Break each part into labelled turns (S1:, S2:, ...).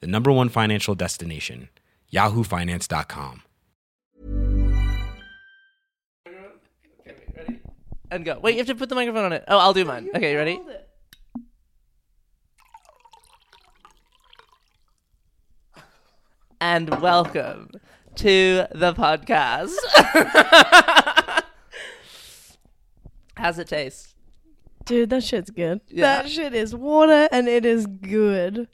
S1: the number one financial destination, yahoofinance.com.
S2: and go. Wait, you have to put the microphone on it. Oh, I'll do mine. Okay, you ready? And welcome to the podcast. How's it taste?
S3: Dude, that shit's good.
S2: Yeah.
S3: That shit is water and it is good.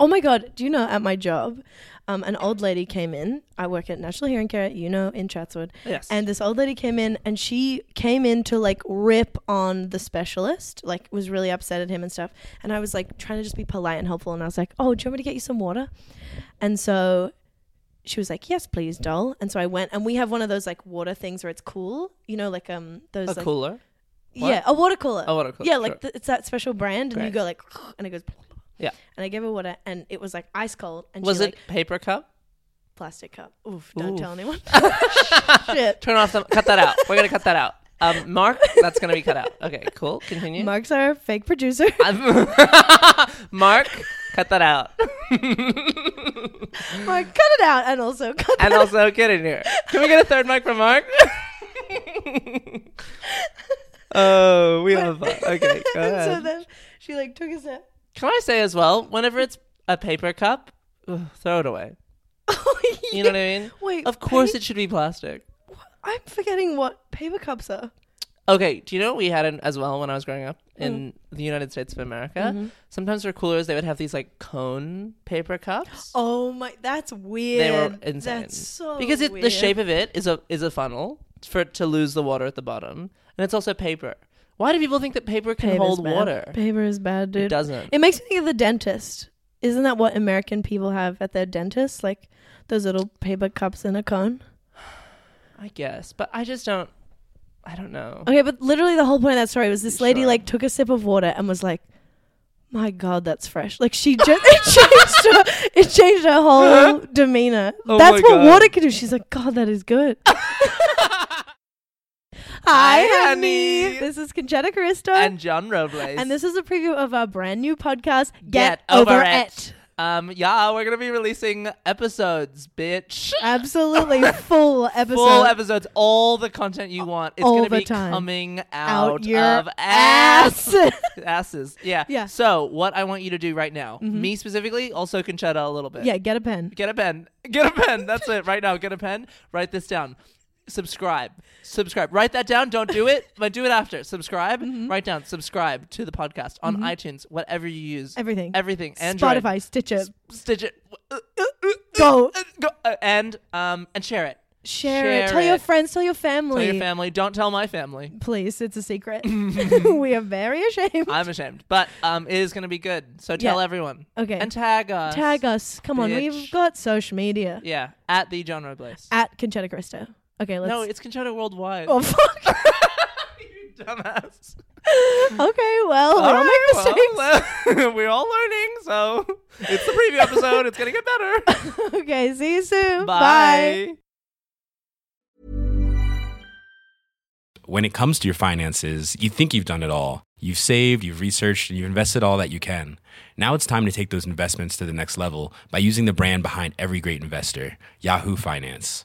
S3: Oh my god, do you know at my job, um, an old lady came in. I work at National Hearing Care, you know, in Chatswood.
S2: Yes.
S3: And this old lady came in and she came in to like rip on the specialist, like was really upset at him and stuff. And I was like trying to just be polite and helpful. And I was like, oh, do you want me to get you some water? And so she was like, yes, please, doll. And so I went and we have one of those like water things where it's cool, you know, like um those
S2: A
S3: like,
S2: cooler.
S3: yeah, a water cooler.
S2: Oh, A water cooler,
S3: Yeah,
S2: sure.
S3: like th- it's that special brand, and
S2: Great.
S3: you go like, and it goes.
S2: Yeah.
S3: And I gave her water, and it was like ice cold, and
S2: Was
S3: she,
S2: it
S3: like,
S2: paper cup?
S3: plastic cup? Oof! Don't
S2: Oof.
S3: tell anyone. Shit.
S2: Turn off the. Cut that out. We're gonna cut that out. Um, Mark, that's gonna be cut out. Okay, cool. Continue.
S3: Mark's our fake producer.
S2: I'm- Mark, cut that out.
S3: Mark, cut it out, and also cut
S2: And also, get in here. Can we get a third mic from Mark? oh, we love that. Okay, go
S3: And so
S2: ahead.
S3: then she like took a sip.
S2: Can I say as well, whenever it's a paper cup, ugh, throw it away.
S3: Oh,
S2: You know what I mean?
S3: Wait,
S2: Of course it should be plastic.
S3: I'm forgetting what paper cups are.
S2: Okay, do you know what we had in, as well when I was growing up in the United States of America?
S3: Mm-hmm.
S2: Sometimes for coolers, they would have these like cone paper cups.
S3: Oh my, that's weird.
S2: they were insane.
S3: That's so
S2: because it,
S3: weird.
S2: the shape of it is a is a funnel for it to lose the water at the bottom, and it's also paper. Why do people think that paper can
S3: Paper's
S2: hold
S3: bad.
S2: water?
S3: Paper is bad, dude.
S2: It doesn't.
S3: It makes me think of the dentist. Isn't that what American people have at their dentist? Like those little paper cups in a cone?
S2: I guess, but I just don't. I don't know.
S3: Okay, but literally the whole point of that story was this lady
S2: Sure.
S3: like took a sip of water and was like, "My God, that's fresh!" Like she just it changed her, it changed her whole demeanor.
S2: Oh
S3: that's
S2: my
S3: what
S2: God.
S3: water can do. She's like, "God, that is good." Hi, honey.
S2: honey.
S3: This is Conchetta Caristo,
S2: And John Robles.
S3: and this is a preview of our brand new podcast.
S2: Get
S3: Get, over,
S2: Over
S3: it.
S2: It. um yeah, we're gonna be releasing episodes, bitch.
S3: Absolutely full episode.
S2: Full episodes, all the content you want. It's
S3: all
S2: gonna
S3: the
S2: be
S3: time.
S2: coming out,
S3: out your
S2: of
S3: ass.
S2: asses. Yeah.
S3: Yeah. Mm-hmm.
S2: So what I want you to do right now, me specifically, also Conchetta a little bit.
S3: yeah, get a pen.
S2: Get a pen. Get a pen. That's it. Right now, get a pen. Write this down. Subscribe. Subscribe. Write that down. Don't do it, but do it after. Subscribe.
S3: Mm-hmm.
S2: Write down. Subscribe to the podcast on iTunes, whatever you use.
S3: Everything.
S2: Everything. Android.
S3: Spotify, Stitcher.
S2: Stitcher.
S3: Go.
S2: Go. uh, And um and share it.
S3: Share,
S2: Share
S3: it. Tell your
S2: it.
S3: friends. Tell your family.
S2: Tell your family. Don't tell my family.
S3: Please, it's a secret. we are very ashamed.
S2: I'm ashamed, but um, it is gonna be good. So tell
S3: Yeah.
S2: everyone.
S3: Okay.
S2: And tag us.
S3: Tag us. Come on.
S2: bitch.
S3: We've got social media.
S2: Yeah, at the John Robles.
S3: At Conchetta Cristo. Okay, let's.
S2: no, it's Conchetta Worldwide.
S3: oh, fuck.
S2: you dumbass.
S3: okay, well, we don't make
S2: Alright,
S3: mistakes.
S2: well, we're all learning, so it's the preview episode. It's gonna get better.
S3: okay, see you soon.
S2: Bye.
S1: When it comes to your finances, you think you've done it all. You've saved, you've researched, and you've invested all that you can. Now it's time to take those investments to the next level by using the brand behind every great investor, Yahoo Finance.